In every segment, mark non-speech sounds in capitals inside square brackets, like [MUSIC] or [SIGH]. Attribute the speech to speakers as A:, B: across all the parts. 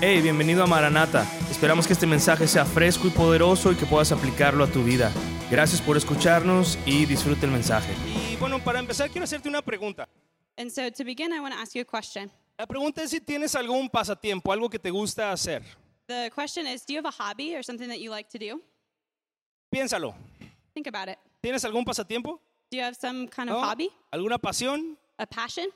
A: Hey, bienvenido a Maranata. Esperamos que este mensaje sea fresco y poderoso y que puedas aplicarlo a tu vida. Gracias por escucharnos y disfrute el mensaje. Y bueno, para empezar quiero hacerte una pregunta.
B: And so to begin, I want to ask you a question.
A: La pregunta es si tienes algún pasatiempo, algo que te gusta hacer.
B: The question is Do you have a hobby or something that you like to do?
A: Piénsalo.
B: Think about it.
A: ¿Tienes algún pasatiempo?
B: Do you have some kind of
A: ¿No?
B: hobby,
A: ¿Alguna pasión?
B: a passion?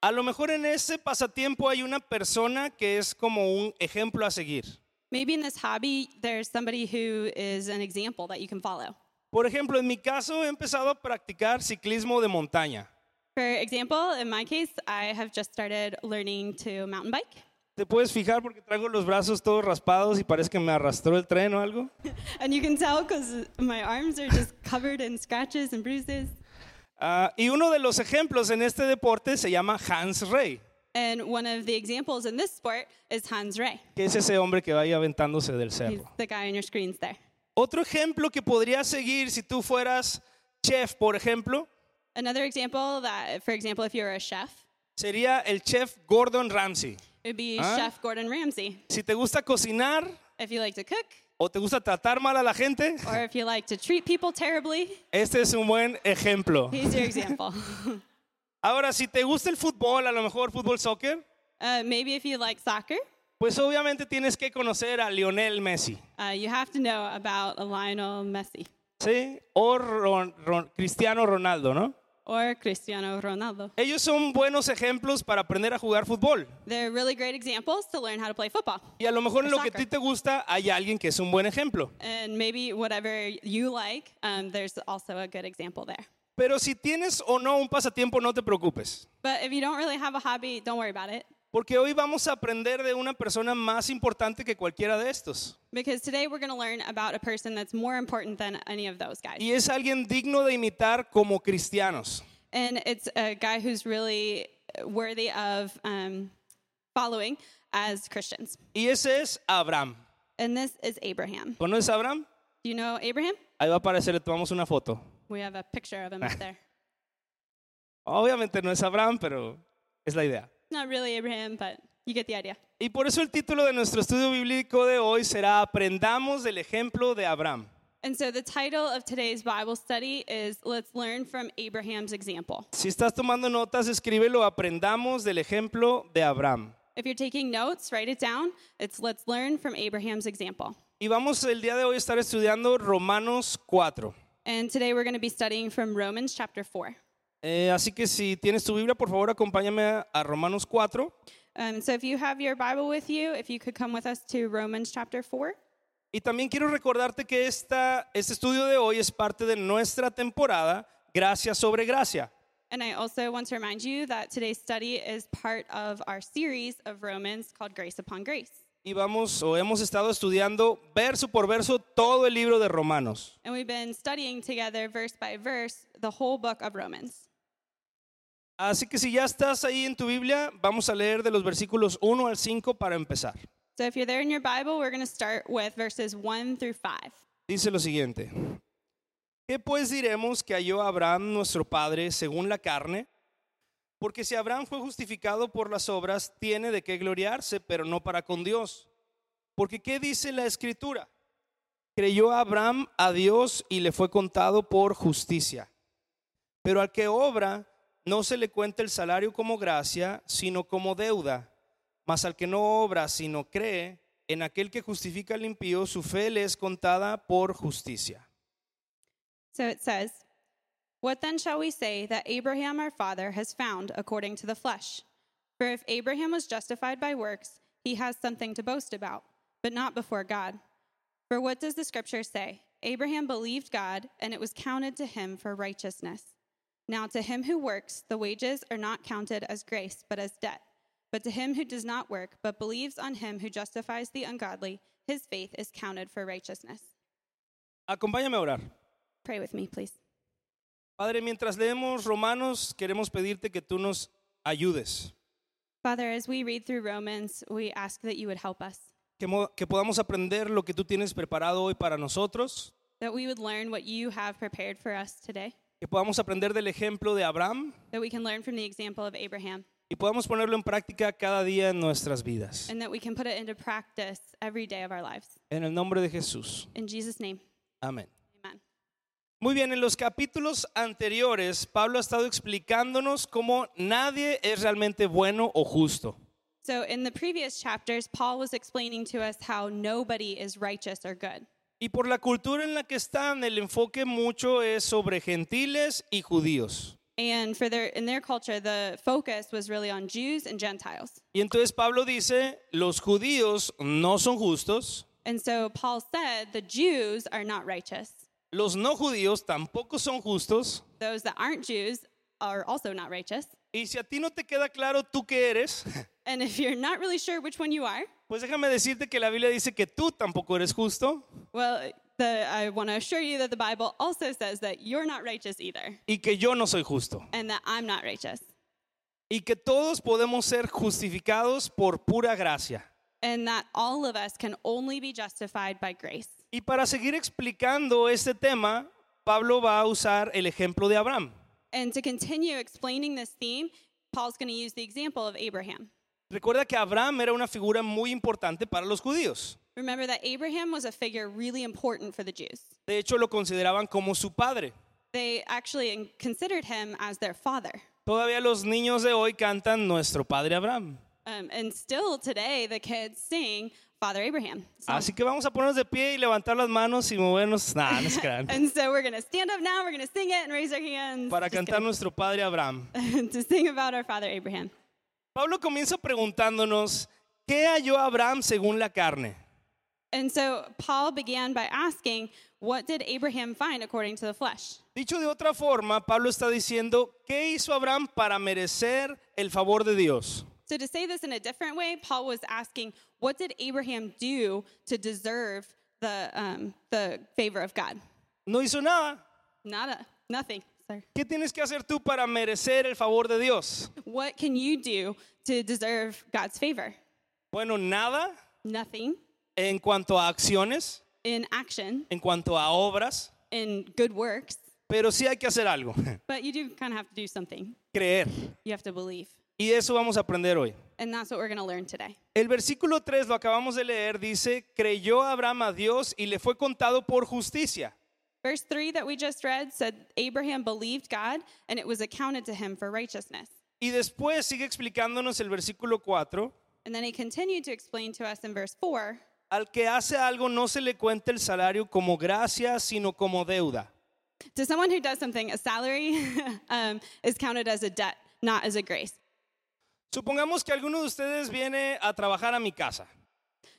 A: A lo mejor en ese pasatiempo hay una persona que es como un ejemplo a seguir.
B: Maybe in this hobby, there's somebody who is an example that you can follow.
A: Por ejemplo, en mi caso he empezado a practicar ciclismo de montaña.
B: For example, in my case, I have just started learning to mountain bike.
A: ¿Te puedes fijar porque traigo los brazos todos raspados y parece que me arrastró el tren o algo?
B: And you can tell because my arms are just covered in scratches and bruises.
A: Ah, y uno de los ejemplos en este deporte se llama Hans Rey,
B: And one of the examples in this sport is Hans Rey.
A: que es ese hombre que va ahí aventándose del
B: He's
A: cerro.
B: the guy on your screens there.
A: Otro ejemplo que podría seguir si tú fueras chef, por ejemplo,
B: Another example that, for example, if you're a chef,
A: sería el chef Gordon Ramsay.
B: it would be
A: Ah.
B: Chef Gordon Ramsay.
A: Si te gusta cocinar
B: If you like to cook
A: o te gusta tratar mal a la gente,
B: or if you like to treat people terribly,
A: este es un buen ejemplo.
B: he's your example.
A: Ahora, si te gusta el fútbol, a lo mejor fútbol soccer,
B: uh, maybe if you like soccer,
A: pues obviamente tienes que conocer a Lionel Messi,
B: uh, you have to know about Lionel Messi
A: ¿sí? O Ron- Ron- Cristiano Ronaldo, ¿no?
B: or Cristiano Ronaldo.
A: Ellos son buenos ejemplos para aprender a jugar fútbol.
B: They're really great examples to learn how to play football.
A: Y a lo mejor en lo que a
B: Exacto.
A: ti te gusta hay alguien que es un buen ejemplo.
B: And maybe whatever you like, um, there's also a good example there.
A: Pero si tienes o no un pasatiempo, no te preocupes.
B: But if you don't really have a hobby, don't worry about it.
A: Porque hoy vamos a aprender de una persona más importante que cualquiera de estos.
B: Because today we're going to learn about a person that's more important than any of those guys.
A: Y es alguien digno de imitar como cristianos.
B: And it's a guy who's really worthy of um, following as Christians.
A: Y ese es Abraham.
B: And this is Abraham.
A: ¿Conoces a Abraham?
B: Do you know Abraham?
A: Ahí va a aparecer, le tomamos una foto.
B: We have a picture [LAUGHS] of him up there.
A: Obviamente no es Abraham, pero es la idea.
B: Not really Abraham, but you get the idea.
A: Y por eso el título de nuestro estudio bíblico de hoy será Aprendamos del ejemplo de Abraham.
B: And so the title of today's Bible study is Let's Learn from Abraham's Example.
A: Si estás tomando notas, escríbelo, aprendamos del ejemplo de Abraham.
B: If you're taking notes, write it down. It's Let's Learn from Abraham's Example.
A: Y vamos el día de hoy a estar estudiando Romanos 4.
B: And today we're going to be studying from Romans chapter 4.
A: Eh, así que si tienes tu Biblia, por favor, acompáñame a, a Romanos 4.
B: Um, so if you have your Bible with you, if you could come with us to Romans chapter 4.
A: Y también quiero recordarte que esta, este estudio de hoy es parte de nuestra temporada Gracia sobre Gracia.
B: And I also want to remind you that today's study is part of our series of Romans called Grace Upon Grace.
A: Y vamos o hemos estado estudiando verso por verso todo el libro de Romanos.
B: And we've been studying together, verse by verse, the whole book of Romans.
A: Así que si ya estás ahí en tu Biblia, vamos a leer de los versículos 1 al 5 para empezar.
B: So if you're there in your Bible, we're going to start with verses 1 through 5.
A: Dice lo siguiente. ¿Qué pues diremos que halló Abraham nuestro padre según la carne? Porque si Abraham fue justificado por las obras, tiene de qué gloriarse, pero no para con Dios. Porque ¿qué dice la escritura? Creyó Abraham a Dios y le fue contado por justicia. Pero al que obra, no se le cuenta el salario como gracia, sino como deuda. Mas al que no obra, sino cree, en aquel que justifica al impío, su fe le es contada por justicia.
B: So it says, What then shall we say that Abraham our father has found according to the flesh? For if Abraham was justified by works, he has something to boast about, but not before God. For what does the scripture say? Abraham believed God, and it was counted to him for righteousness. Now, to him who works, the wages are not counted as grace, but as debt. But to him who does not work, but believes on him who justifies the ungodly, his faith is counted for righteousness.
A: Acompáñame a orar.
B: Pray with me, please.
A: Padre, mientras leemos Romanos, queremos pedirte que tú nos ayudes,
B: Father, as we read through Romans, we ask that you would help us,
A: que, mo- que podamos aprender lo que tú tienes preparado hoy para nosotros,
B: that we would learn what you have prepared for us today,
A: que podamos aprender del ejemplo de Abraham
B: that we can learn from the example of Abraham,
A: y podamos ponerlo en práctica cada día en nuestras vidas.
B: and that we can put it into practice every day of our lives.
A: En el nombre de Jesús.
B: In Jesus' name,
A: Amén.
B: amen.
A: Muy bien, en los capítulos anteriores, Pablo ha estado explicándonos cómo nadie es realmente bueno o justo.
B: So, in the previous chapters, Paul was explaining to us how nobody is righteous or good.
A: Y por la cultura en la que están, el enfoque mucho es sobre gentiles y judíos.
B: And for their in their culture, the focus was really on Jews and Gentiles.
A: Y entonces Pablo dice, los judíos no son justos,
B: And so Paul said the Jews are not righteous.
A: los no judíos tampoco son justos,
B: Those that aren't Jews are also not righteous.
A: y si a ti no te queda claro tú qué eres, [LAUGHS]
B: And if you're not really sure which one you are,
A: pues déjame decirte que la Biblia dice que tú tampoco eres justo
B: well, the, I want to assure you that the Bible also says that you're not righteous either,
A: y que yo no soy justo.
B: and that I'm not righteous,
A: Y que todos podemos ser justificados por pura gracia.
B: and that all of us can only be justified by grace.
A: Y para seguir explicando este tema, Pablo va a usar el ejemplo de Abraham.
B: And to continue explaining this theme, Paul's going to use the example of Abraham.
A: Recuerda que Abraham era una figura muy importante para los judíos.
B: Remember that Abraham was a figure really important for the Jews.
A: De hecho, lo consideraban como su padre.
B: They actually in- considered him as their father.
A: Todavía los niños de hoy cantan Nuestro Padre Abraham.
B: Um, and still today, the kids sing Father Abraham. So-
A: Así que vamos a ponernos de pie y levantar las manos y movernos. Nah, no se
B: [LAUGHS]
A: crean.
B: and so we're going to stand up now, we're going to sing it and raise our hands
A: Para
B: Just
A: cantar Nuestro Padre Abraham.
B: kidding. [LAUGHS] to sing about our father Abraham.
A: Pablo comienza preguntándonos, ¿qué halló Abraham según la carne?
B: And so Paul began by asking, What did Abraham find according to the flesh?
A: Dicho de otra forma, Pablo está diciendo, ¿qué hizo Abraham para merecer el favor de Dios?
B: So, to say this in a different way, Paul was asking, What did Abraham do to deserve the, um, the favor of God?
A: No hizo nada.
B: Not a, nothing. Sorry.
A: ¿Qué tienes que hacer tú para merecer el favor de Dios?
B: What can you do to deserve God's favor?
A: Bueno, nada
B: Nothing
A: en cuanto a acciones,
B: in action,
A: en cuanto a obras,
B: in good works,
A: pero sí hay que hacer algo, [LAUGHS]
B: but you do kind of have to do something.
A: creer.
B: You have to believe.
A: Y de eso vamos a aprender hoy.
B: And that's what we're going to learn today.
A: El versículo 3, lo acabamos de leer, dice, creyó Abraham a Dios y le fue contado por justicia.
B: Verse 3 that we just read said, Abraham believed God, and it was accounted to him for righteousness.
A: Y después sigue explicándonos el versículo 4,
B: And then he continued to explain to us in verse 4
A: Al que hace algo no se le cuenta el salario como gracia, sino como deuda.
B: To someone who does something, a salary [LAUGHS] um, is counted as a debt, not as a grace.
A: Supongamos que alguno de ustedes viene a trabajar a mi casa.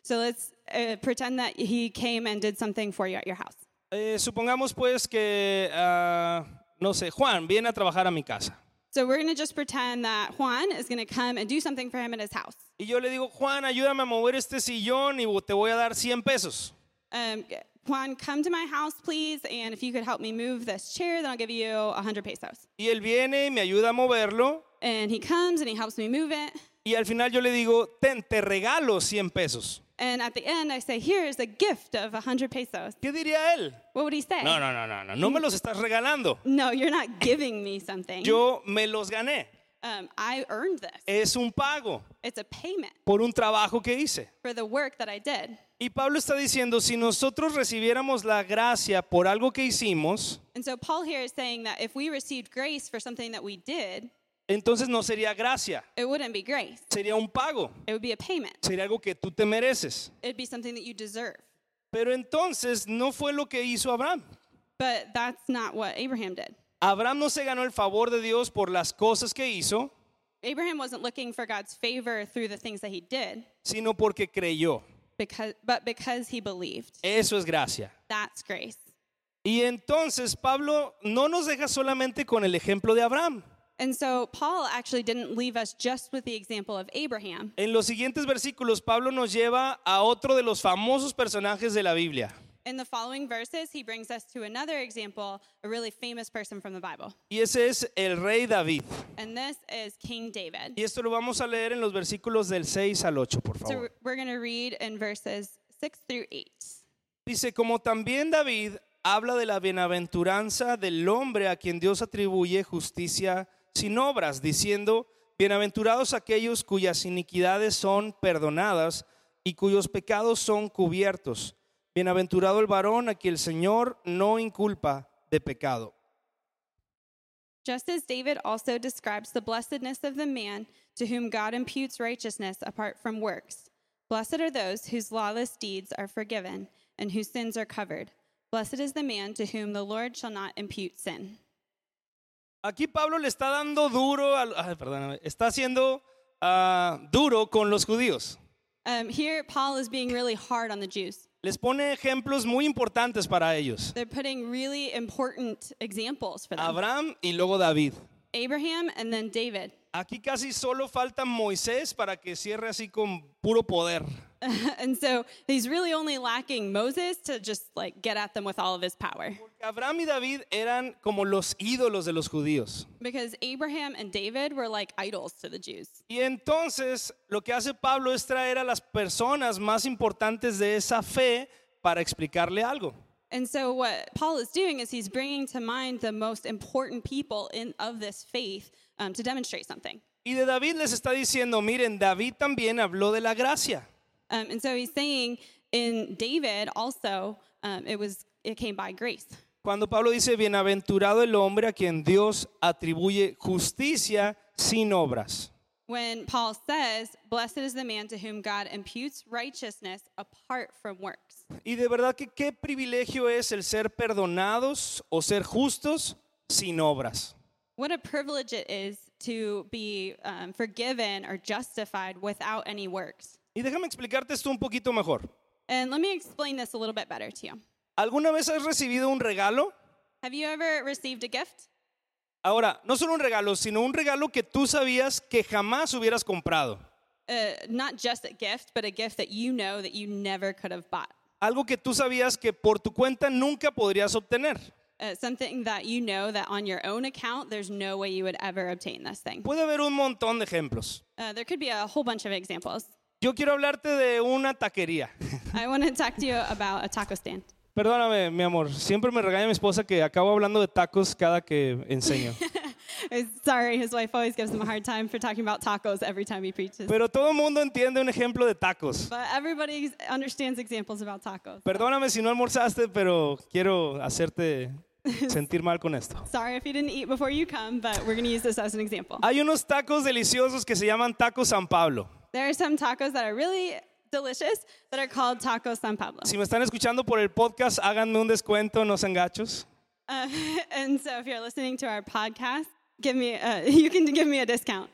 B: So let's uh, pretend that he came and did something for you at your house.
A: Eh, supongamos pues que, ah, no sé, Juan viene a trabajar a mi casa.
B: So we're going to just pretend that Juan is going to come and do something for him at his house.
A: Y yo le digo, Juan, ayúdame a mover este sillón y te voy a dar 100 pesos.
B: Um, Juan, come to my house, please, and if you could help me move this chair, then I'll give you 100 pesos.
A: Y él viene y me ayuda a moverlo.
B: And he comes and he helps me move it.
A: Y al final yo le digo, ten, te regalo 100 pesos.
B: And at the end, I say, Here is a gift of 100 pesos.
A: ¿Qué diría él?
B: What would he say?
A: No, no, no, no, no, no me los estás regalando.
B: No, you're not giving me something.
A: Yo me los gané.
B: um, I earned this.
A: Es un pago.
B: It's a payment
A: por un trabajo que hice.
B: for the work that I did.
A: Y Pablo está diciendo, si nosotros recibiéramos la gracia por algo que hicimos,
B: And so Paul here is saying that if we received grace for something that we did,
A: entonces no sería gracia,
B: it wouldn't be grace.
A: sería un pago,
B: It would be a payment.
A: sería algo que tú te mereces.
B: It'd be something that you deserve.
A: Pero entonces no fue lo que hizo Abraham.
B: But that's not what Abraham did.
A: Abraham no se ganó el favor de Dios por las cosas que hizo,
B: Abraham wasn't looking for God's favor through the things that he did,
A: sino porque creyó.
B: because, but because he believed.
A: Eso es gracia.
B: That's grace.
A: Y entonces Pablo no nos deja solamente con el ejemplo de Abraham.
B: And so Paul actually didn't leave us just with the example of Abraham.
A: En los siguientes versículos, Pablo nos lleva a otro de los famosos personajes de la Biblia.
B: In the following verses, he brings us to another example, a really famous person from the Bible.
A: Y ese es el rey David.
B: And this is King David.
A: Y esto lo vamos a leer en los versículos del 6 al 8, por
B: So
A: favor.
B: we're going to read in verses 6 through 8.
A: Dice, como también David habla de la bienaventuranza del hombre a quien Dios atribuye justicia sin obras, diciendo, Bienaventurados aquellos cuyas iniquidades son perdonadas y cuyos pecados son cubiertos. Bienaventurado el varón a quien el Señor no inculpa de pecado.
B: Just as David also describes the blessedness of the man to whom God imputes righteousness apart from works. Blessed are those whose lawless deeds are forgiven and whose sins are covered. Blessed is the man to whom the Lord shall not impute sin.
A: Aquí Pablo le está dando duro, al- ay, perdóname, está haciendo ah, duro con los judíos.
B: Um, here, Paul is being really hard on the Jews.
A: Les pone ejemplos muy importantes para ellos.
B: They're putting really important examples for them
A: Abraham y luego David.
B: Abraham and then David. [LAUGHS]
A: Aquí casi solo falta Moisés para que cierre así con puro poder.
B: and so he's really only lacking Moses to just like get at them with all of his power.
A: Abraham y David eran como los ídolos de los judíos.
B: Because Abraham and David were like idols to the Jews.
A: Y entonces lo que hace Pablo es traer a las personas más importantes de esa fe para explicarle algo.
B: And so what Paul is doing is he's bringing to mind the most important people in of this faith um, to demonstrate something.
A: Y de David les está diciendo, miren, David también habló de la gracia.
B: Um, and so he's saying in David also um, it was it came by grace.
A: Cuando Pablo dice, bienaventurado el hombre a quien Dios atribuye justicia sin obras.
B: When Paul says, "Blessed is the man to whom God imputes righteousness apart from works."
A: Y de verdad que qué privilegio es el ser perdonados o ser justos sin obras.
B: What a privilege it is to be um, forgiven or justified without any works.
A: Y déjame explicarte esto un poquito mejor.
B: And let me explain this a little bit better to you.
A: ¿Alguna vez has recibido un regalo?
B: Have you ever received a gift?
A: Ahora, no solo un regalo, sino un regalo que tú sabías que jamás hubieras comprado.
B: uh, not just a gift, but a gift that you know that you never could have bought.
A: Algo que tú sabías que por tu cuenta nunca podrías obtener.
B: Uh, something that you know that on your own account, there's no way you would ever obtain this thing.
A: Puede haber un montón de ejemplos.
B: Uh, there could be a whole bunch of examples.
A: Yo quiero hablarte de una taquería. [LAUGHS]
B: I want to talk to you about a taco stand.
A: Perdóname, mi amor. Siempre me regaña mi esposa que acabo hablando de tacos cada que enseño.
B: It's- Sorry, his wife always gives him a hard time for talking about tacos every time he preaches.
A: Pero todo el mundo entiende un ejemplo de tacos.
B: But everybody understands examples about tacos.
A: Perdóname si no almorzaste, pero quiero hacerte sentir mal con esto.
B: Sorry if you didn't eat before you come, but we're going to use this as an example.
A: Hay unos tacos deliciosos que se llaman tacos San Pablo.
B: There are some tacos that are really delicious that are called Taco San Pablo. [LAUGHS]
A: Si me están escuchando por el podcast, háganme un descuento, no sean gachos.
B: Uh, and so if you're listening to our podcast, give me uh, you can give me a [LAUGHS] discount.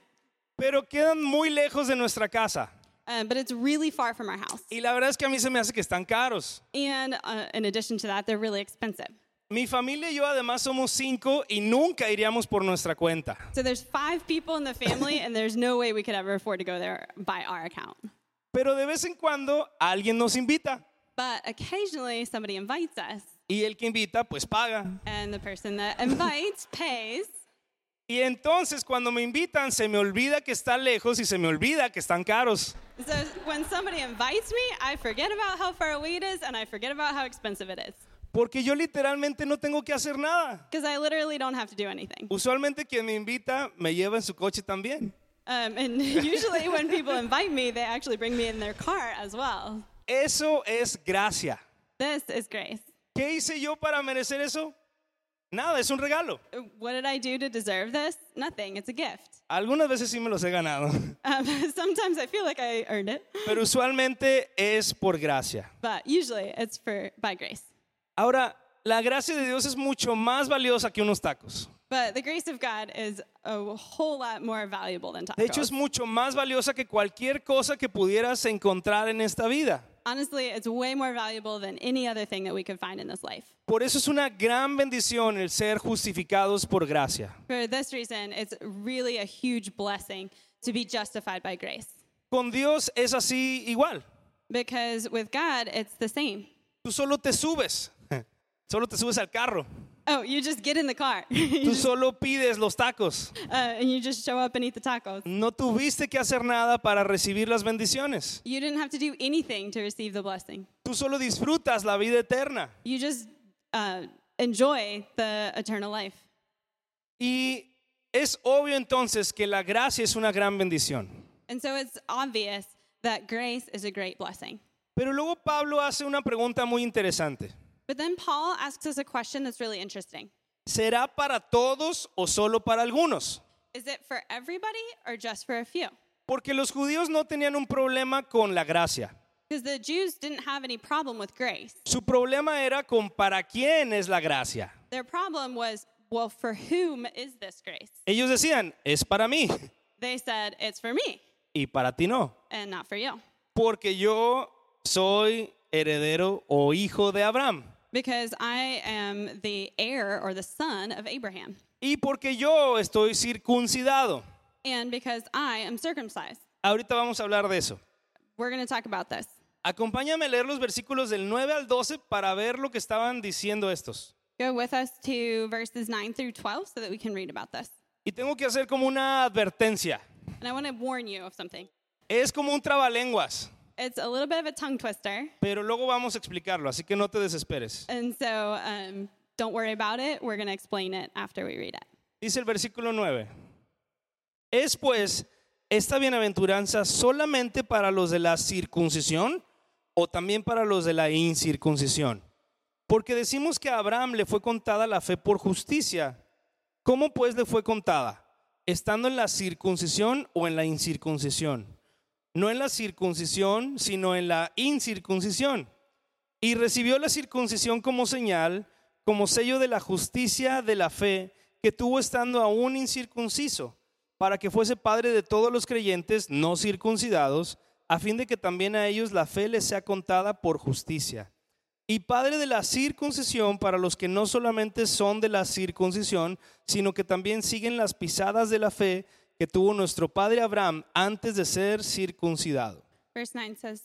A: Pero quedan muy lejos de nuestra casa.
B: Uh, but it's really far from our house.
A: Y la verdad es que a mí se me hace que están caros.
B: And uh, in addition to that, they're really expensive.
A: Mi familia y yo además somos cinco y nunca iríamos por nuestra cuenta.
B: So there's five people in the family, and there's no way we could ever afford to go there by our account.
A: Pero de vez en cuando alguien nos invita.
B: But occasionally somebody invites us,
A: Y el que invita, pues paga.
B: and the person that [LAUGHS] invites pays.
A: Y entonces cuando me invitan, se me olvida que está lejos y se me olvida que están caros.
B: So when somebody invites me, I forget about how far away it is, and I forget about how expensive it is.
A: Porque yo literalmente no tengo que hacer nada.
B: Because I literally don't have to do anything.
A: Usualmente quien me invita me lleva en su coche también.
B: Um, and [LAUGHS] usually, when people invite me, they actually bring me in their car as well.
A: Eso es gracia.
B: This is grace.
A: ¿Qué hice yo para merecer eso? Nada, es un regalo.
B: What did I do to deserve this? Nothing. It's a gift.
A: Algunas veces sí me los he ganado, [LAUGHS]
B: Um, [LAUGHS] sometimes I feel like I earned it,
A: pero usualmente es por gracia.
B: but usually it's for by grace.
A: Ahora, la gracia de Dios es mucho más valiosa que unos tacos.
B: But the grace of God is a whole lot more valuable than
A: De hecho, es
B: tacos.
A: mucho más valiosa que cualquier cosa que pudieras encontrar en esta vida.
B: Honestly, it's way more valuable than any other thing that we could find in this life.
A: Por eso es una gran bendición el ser justificados por gracia.
B: For this reason, it's really a huge blessing to be justified by grace.
A: Con Dios es así igual.
B: Because with God, it's the same.
A: Tú solo te subes, [LAUGHS] solo te subes al carro,
B: Oh, you just get in the car. [LAUGHS]
A: tú solo pides los tacos.
B: uh, and you just show up and eat the tacos.
A: No tuviste que hacer nada para recibir las bendiciones.
B: You didn't have to do anything to receive the blessing.
A: Tú solo disfrutas la vida eterna.
B: You just uh, enjoy the eternal life.
A: Y Es obvio entonces que la gracia es una gran bendición.
B: And so it's obvious that grace is a great blessing.
A: Pero luego Pablo hace una pregunta muy interesante.
B: But then Paul asks us a question that's really interesting
A: ¿Será para todos o solo para algunos?
B: Is it for everybody or just for a few?
A: Porque los judíos no tenían un problema con la gracia.
B: Because the Jews didn't have any problem with grace.
A: Su problema era con para quién es la gracia.
B: Their problem was, well, for whom is this grace?
A: Ellos decían, es para mí
B: They said, it's for me
A: y para ti no,
B: and not for you.
A: porque yo soy heredero o hijo de Abraham
B: Because I am the heir or the son of Abraham,
A: y porque yo estoy circuncidado.
B: and because I am circumcised.
A: Ahorita vamos a hablar de eso.
B: We're going to talk about this.
A: Acompáñame a leer los versículos del 9 al 12 para ver lo que estaban diciendo estos.
B: Go with us to verses 9 through 12 so that we can read about this.
A: Y tengo que hacer como una advertencia.
B: And I want to warn you of something.
A: Es como un trabalenguas,
B: It's a little bit of a tongue twister,
A: pero luego vamos a explicarlo, así que no te desesperes.
B: and so um, don't worry about it. We're going to explain it after we read it.
A: Dice el versículo 9. ¿Es pues esta bienaventuranza solamente para los de la circuncisión o también para los de la incircuncisión? Porque decimos que a Abraham le fue contada la fe por justicia. ¿Cómo pues le fue contada? ¿Estando en la circuncisión o en la incircuncisión? No en la circuncisión, sino en la incircuncisión. Y recibió la circuncisión como señal, como sello de la justicia de la fe que tuvo estando aún incircunciso, para que fuese padre de todos los creyentes no circuncidados, a fin de que también a ellos la fe les sea contada por justicia. Y padre de la circuncisión para los que no solamente son de la circuncisión, sino que también siguen las pisadas de la fe que tuvo nuestro padre Abraham antes de ser circuncidado.
B: Verse 9 says,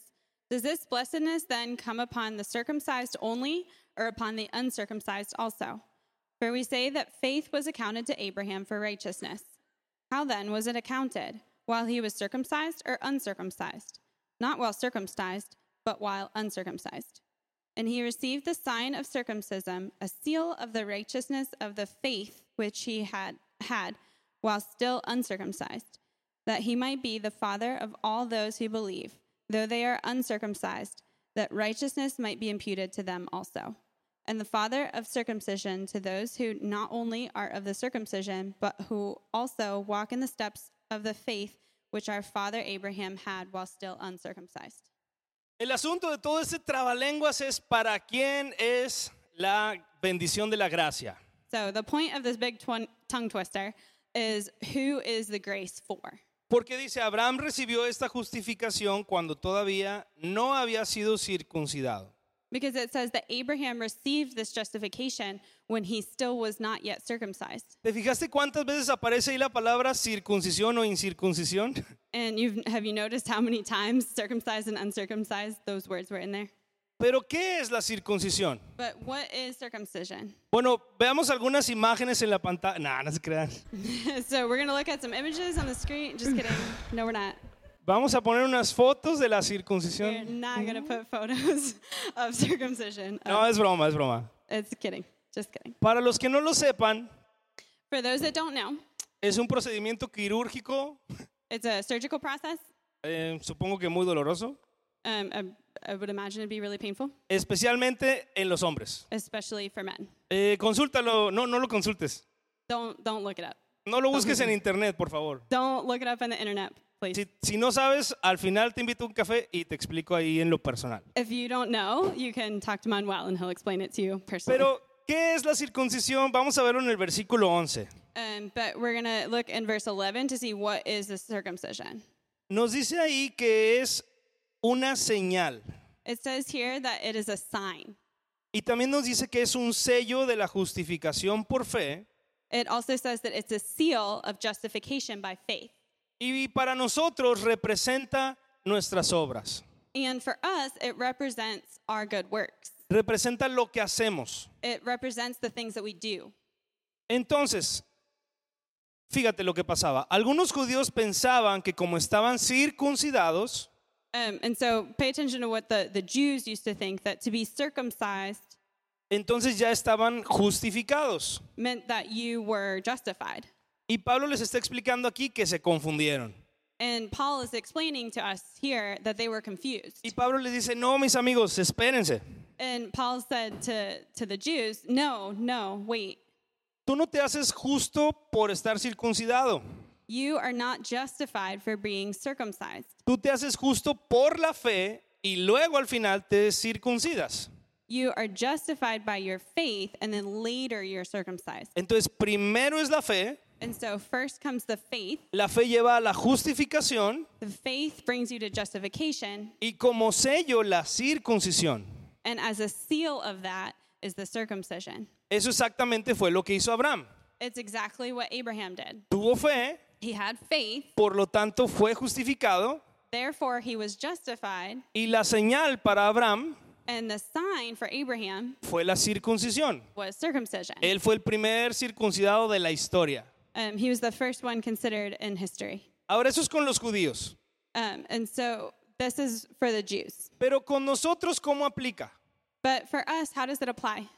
B: Does this blessedness then come upon the circumcised only, or upon the uncircumcised also? For we say that faith was accounted to Abraham for righteousness. How then was it accounted? While he was circumcised or uncircumcised? Not while circumcised, but while uncircumcised. And he received the sign of circumcision, a seal of the righteousness of the faith which he had had while still uncircumcised, that he might be the father of all those who believe, though they are uncircumcised, that righteousness might be imputed to them also. And the father of circumcision to those who not only are of the circumcision, but who also walk in the steps of the faith which our father Abraham had while still uncircumcised.
A: El asunto de todo este trabalenguas es para quién es la bendición de la gracia.
B: So the point of this big twin- tongue twister is who is the grace for?
A: Porque dice, Abraham recibió esta justificación cuando todavía no había sido circuncidado.
B: Because it says that Abraham received this justification when he still was not yet circumcised.
A: ¿Te fijaste cuántas veces aparece ahí la palabra circuncisión o incircuncisión? [LAUGHS]
B: And you've, have you noticed how many times circumcised and uncircumcised those words were in there?
A: Pero ¿qué es la circuncisión?
B: But what is circumcision? [LAUGHS]
A: Bueno, veamos algunas imágenes en la pantalla. Nah, no se crean.
B: so we're going to look at some images on the screen. Just kidding. No, we're not.
A: Vamos a poner unas fotos de la
B: We're
A: circuncisión.
B: not going to put photos [LAUGHS] of circumcision.
A: Um, mm-hmm.
B: Um,
A: No, es broma, es broma.
B: It's kidding. Just kidding.
A: Para los que no lo sepan,
B: For those that don't know,
A: es un procedimiento quirúrgico,
B: it's a surgical process.
A: eh, supongo que muy doloroso,
B: Um, I, I would imagine it'd be really painful,
A: especialmente en los hombres.
B: especially for men.
A: Eh, consúltalo, no, no lo consultes.
B: Don't don't look it up.
A: No lo busques en internet, por favor.
B: Don't look it up on the internet, please.
A: Si, si no sabes, al final te invito a un café y te explico ahí en lo personal.
B: If you don't know, you can talk to Manuel and he'll explain it to you personally.
A: Pero, ¿qué es la circuncisión? Vamos a verlo en el versículo 11.
B: um, but we're gonna look in verse 11 to see what is the circumcision.
A: Nos dice ahí que es una señal.
B: It says here that it is a sign.
A: Y también nos dice que es un sello de la justificación por fe.
B: It also says that it's a seal of justification by faith.
A: Y para nosotros representa nuestras obras.
B: And for us, it represents our good works.
A: Representa lo que hacemos.
B: It represents the things that we do.
A: Entonces, fíjate lo que pasaba. Algunos judíos pensaban que como estaban circuncidados,
B: Um, and so pay attention to what the, the Jews used to think that to be circumcised
A: entonces ya estaban justificados.
B: meant that you were justified.
A: Y Pablo les está explicando aquí que se confundieron.
B: And Paul is explaining to us here that they were confused.
A: Y Pablo les dice, no, mis amigos, espérense.
B: And Paul said to, to the Jews, No, no, wait.
A: Tú no te haces justo por estar circuncidado.
B: You are not justified for being circumcised.
A: Tú te haces justo por la fe y luego al final te circuncidas.
B: You are justified by your faith, and then later you're circumcised.
A: Entonces, primero es la fe.
B: And so, first comes the faith.
A: La fe lleva a la justificación
B: The faith brings you to justification,
A: y como sello la circuncisión.
B: and as a seal of that is the circumcision.
A: Eso exactamente fue lo que hizo Abraham.
B: It's exactly what Abraham did.
A: Tuvo fe,
B: He had faith,
A: por lo tanto fue justificado
B: therefore, he was justified,
A: y la señal para Abraham
B: and the sign for Abraham
A: fue la circuncisión.
B: was circumcision.
A: Él fue el primer circuncidado de la historia.
B: Um, he was the first one considered in history.
A: Ahora eso es con los judíos,
B: Um, and so this is for the Jews.
A: pero con nosotros ¿cómo aplica?
B: But for us, how does it apply?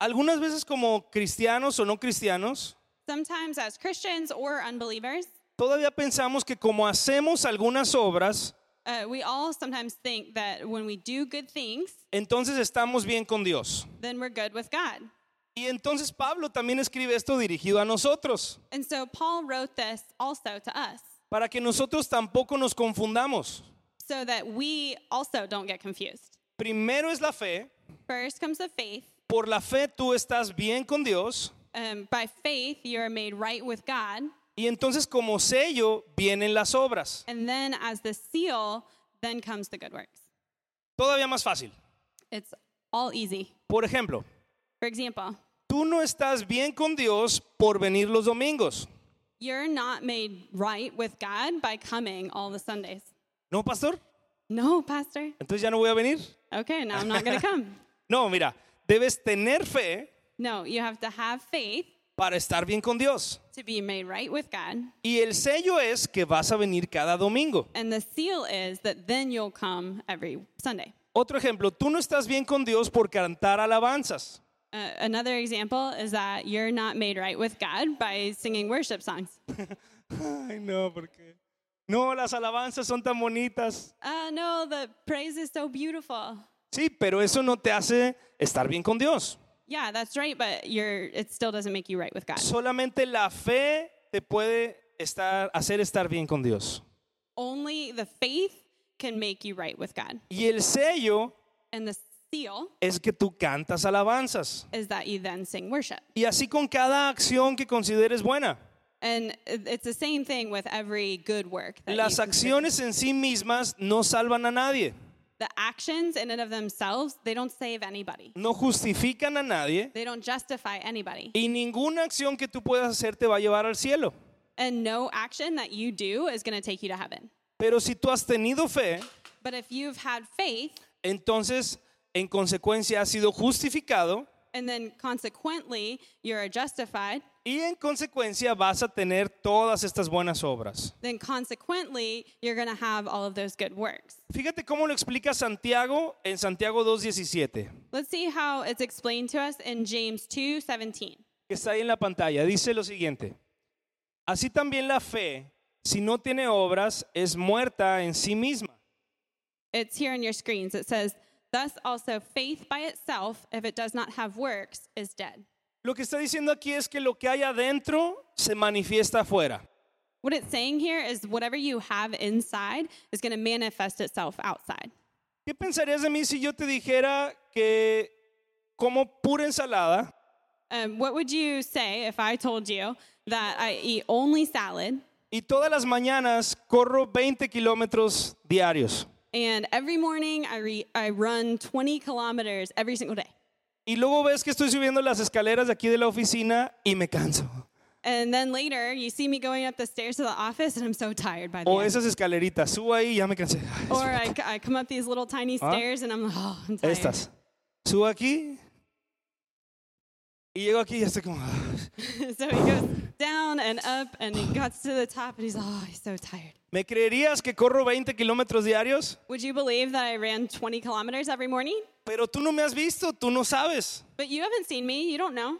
A: Algunas veces como cristianos o no cristianos,
B: Sometimes, as Christians or unbelievers,
A: todavía pensamos que como hacemos algunas obras,
B: uh, we all sometimes think that when we do good things,
A: entonces estamos bien con Dios.
B: then we're good with God.
A: Y entonces Pablo también escribe esto dirigido a nosotros,
B: And so Paul wrote this also to us
A: para que nosotros tampoco nos confundamos.
B: so that we also don't get confused.
A: Primero es la fe,
B: First comes the faith.
A: por la fe tú estás bien con Dios,
B: Um, by faith, you are made right with God.
A: y entonces como sello vienen las obras.
B: And then, as the seal, then comes the good works.
A: Todavía más fácil.
B: It's all easy.
A: Por ejemplo,
B: For example,
A: tú no estás bien con Dios por venir los domingos.
B: You're not made right with God by coming all the Sundays.
A: ¿No, pastor?
B: No, Pastor.
A: Entonces ya no voy a venir.
B: Okay, now I'm not going to come.
A: No, mira, debes tener fe
B: No, you have to have faith
A: para estar bien con Dios.
B: to be made right with God.
A: Y el sello es que vas a venir cada domingo.
B: And the seal is that then you'll come every Sunday.
A: Otro ejemplo, tú no estás bien con Dios por cantar alabanzas.
B: Uh, another example is that you're not made right with God by singing worship songs.
A: Ay, no, porque no, las alabanzas son tan bonitas.
B: Uh, no, the praise is so beautiful.
A: Sí, pero eso no te hace estar bien con Dios.
B: Yeah, that's right, but you're, it still doesn't make you right with God.
A: Solamente la fe te puede estar, hacer estar bien con Dios.
B: Only the faith can make you right with God.
A: Y el sello
B: And the seal
A: es que tú cantas alabanzas.
B: is that you then sing worship.
A: Y así con cada acción que consideres buena.
B: And it- it's the same thing with every good work. that
A: Las
B: you consider.
A: acciones en sí mismas no salvan a nadie,
B: the actions in and of themselves, they don't save anybody.
A: no justifican a nadie
B: They don't justify anybody.
A: y ninguna acción que tú puedas hacer te va a llevar al cielo.
B: And no action that you do is going to take you to heaven.
A: Pero si tú has tenido fe,
B: But if you've had faith
A: entonces en consecuencia has sido justificado
B: and then consequently you're justified,
A: y en consecuencia vas a tener todas estas buenas obras.
B: then consequently you're going to have all of those good works.
A: Fíjate cómo lo explica Santiago en Santiago 2.17,
B: Let's see how it's explained to us in James 2:17.
A: que está ahí en la pantalla. Dice lo siguiente, así también la fe, si no tiene obras, es muerta en sí misma.
B: It's here on your screens. It says, "Thus also faith by itself, if it does not have works, is dead."
A: Lo que está diciendo aquí es que lo que hay adentro se manifiesta afuera.
B: What it's saying here is whatever you have inside is going to manifest itself outside.
A: ¿Qué pensarías de mí si yo te dijera que como pura ensalada
B: Um, what would you say if I told you that I eat only salad
A: y todas las mañanas corro 20 kilómetros diarios
B: and every morning I, re- I run 20 kilometers every single day?
A: y luego ves que estoy subiendo las escaleras de aquí de la oficina y me canso?
B: And then later you see me going up the stairs to the office and I'm so tired by the
A: O
B: end.
A: esas escaleritas, subo ahí y ya me cansé. Ay,
B: Or I, c- I come up these little tiny stairs and I'm like, oh, I'm tired.
A: Estas. Subo aquí y llego aquí y estoy como... ah.
B: [LAUGHS] so he goes down and up and he gets to the top and he's like, oh, he's so tired.
A: ¿Me creerías que corro 20 kilómetros diarios?
B: Would you believe that I ran 20 kilometers every morning?
A: Pero tú no me has visto, tú no sabes.
B: But you haven't seen me. You don't know.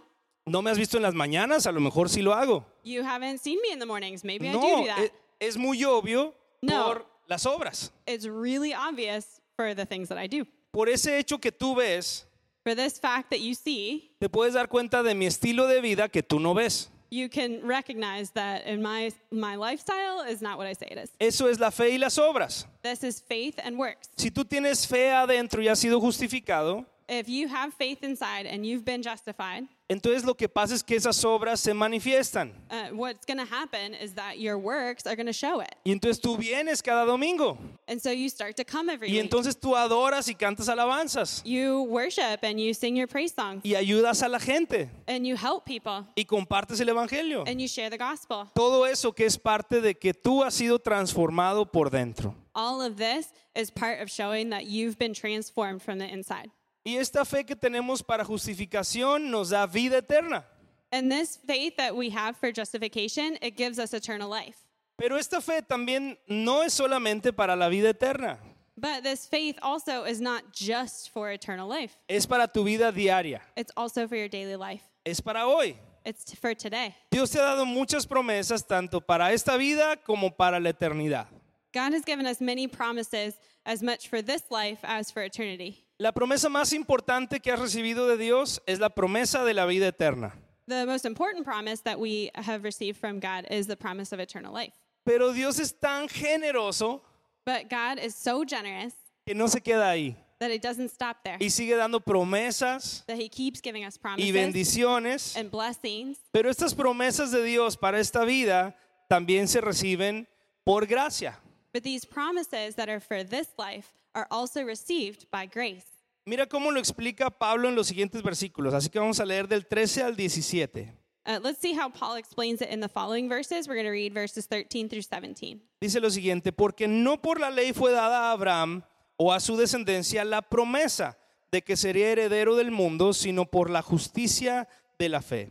A: No me has visto en las mañanas, a lo mejor sí lo hago.
B: You haven't seen me in the mornings. Maybe I do
A: No,
B: do that.
A: e- es muy obvio
B: No.
A: por las obras.
B: it's really obvious for the things that I do.
A: Por ese hecho que tú ves,
B: For this fact that you see,
A: te puedes dar cuenta de mi estilo de vida que tú no ves.
B: you can recognize that in my my lifestyle is not what I say it is.
A: Eso es la fe y las obras.
B: This is faith and works.
A: Si tú tienes fe adentro y has sido justificado,
B: If you have faith inside and you've been justified,
A: entonces lo que pasa es que esas obras se manifiestan.
B: uh, what's going to happen is that your works are going to show it.
A: Y entonces tú vienes cada domingo.
B: And so you start to come every
A: Y
B: week.
A: entonces tú adoras y cantas alabanzas.
B: You worship and you sing your praise songs
A: Y ayudas a la gente.
B: and you help people
A: Y compartes el Evangelio.
B: and you share the gospel.
A: Todo eso que es parte de que tú has sido transformado por dentro.
B: All of this is part of showing that you've been transformed from the inside.
A: Y esta fe que tenemos para justificación nos da vida eterna.
B: And this faith that we have for justification, it gives us eternal life.
A: Pero esta fe también no es solamente para la vida eterna.
B: But this faith also is not just for eternal life.
A: Es para tu vida diaria.
B: It's also for your daily life.
A: Es para hoy.
B: It's t- for today.
A: Dios te ha dado muchas promesas tanto para esta vida como para la eternidad.
B: God has given us many promises as much for this life as for eternity.
A: La promesa más importante que has recibido de Dios es la promesa de la vida eterna.
B: The most important promise that we have received from God is the promise of eternal life.
A: Pero Dios es tan generoso
B: But God is so generous
A: que no se queda ahí
B: that it doesn't stop there.
A: y sigue dando promesas
B: That he keeps giving us
A: y
B: promises
A: bendiciones.
B: and blessings.
A: Pero estas promesas de Dios para esta vida también se reciben por gracia.
B: But these promises that are for this life are also received by grace.
A: Mira cómo lo explica Pablo en los siguientes versículos, así que vamos a leer del 13 al 17.
B: Uh, let's see how Paul explains it in the following verses. We're going to read verses 13 through 17.
A: Dice lo siguiente, porque no por la ley fue dada a Abraham o a su descendencia la promesa de que sería heredero del mundo, sino por la justicia de la fe.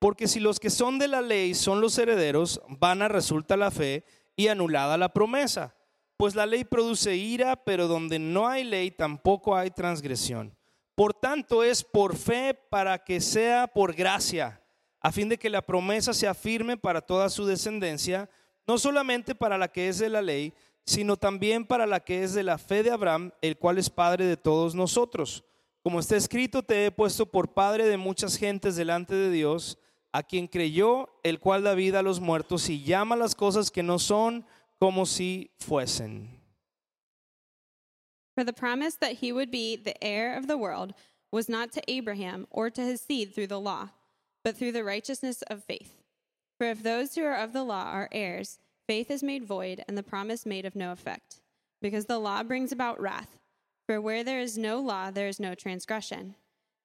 A: Porque si los que son de la ley son los herederos, vana resulta la fe y anulada la promesa. Pues la ley produce ira, pero donde no hay ley tampoco hay transgresión. Por tanto es por fe para que sea por gracia, a fin de que la promesa sea firme para toda su descendencia, no solamente para la que es de la ley, sino también para la que es de la fe de Abraham, el cual es Padre de todos nosotros. Como está escrito, te he puesto por Padre de muchas gentes delante de Dios, a quien creyó, el cual da vida a los muertos y llama las cosas que no son como si fuesen.
B: For the promise that he would be the heir of the world was not to Abraham or to his seed through the law, but through the righteousness of faith. For if those who are of the law are heirs, faith is made void and the promise made of no effect, because the law brings about wrath. For where there is no law, there is no transgression.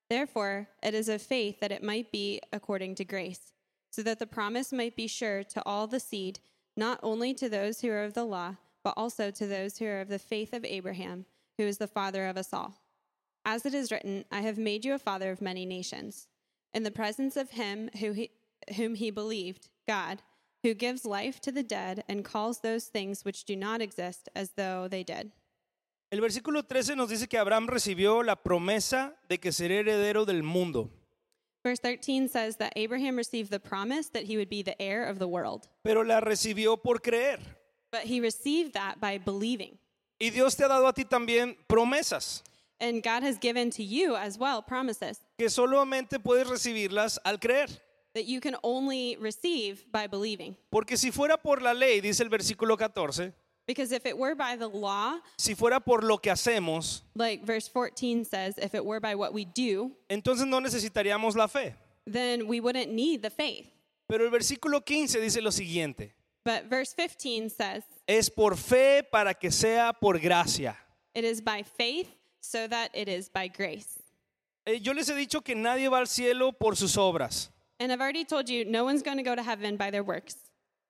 B: Therefore, it is of faith that it might be according to grace, so that the promise might be sure to all the seed, not only to those who are of the law, but also to those who are of the faith of Abraham, who is the father of us all. As it is written, I have made you a father of many nations, in the presence of him who he, whom he believed, God, who gives life to the dead and calls those things which do not exist as though they did.
A: El versículo 13 nos dice que Abraham recibió la promesa de que sería heredero del mundo.
B: Verse 13 says that Abraham received the promise that he would be the heir of the world.
A: pero la recibió por creer.
B: But he received that by believing.
A: Y Dios te ha dado a ti también promesas,
B: And God has given to you as well promises
A: que solamente puedes recibirlas al creer.
B: that you can only receive by believing.
A: Porque si fuera por la ley, dice el versículo 14,
B: Because if it were by the law,
A: si fuera por lo que hacemos,
B: like verse 14 says, if it were by what we do,
A: entonces no necesitaríamos la fe.
B: then we wouldn't need the faith.
A: Pero el versículo 15 dice lo siguiente,
B: But verse 15 says,
A: es por fe para que sea por gracia.
B: it is by faith so that it is by grace.
A: Eh, yo les he dicho que nadie va al cielo por sus obras.
B: And I've already told you, no one's going to go to heaven by their works.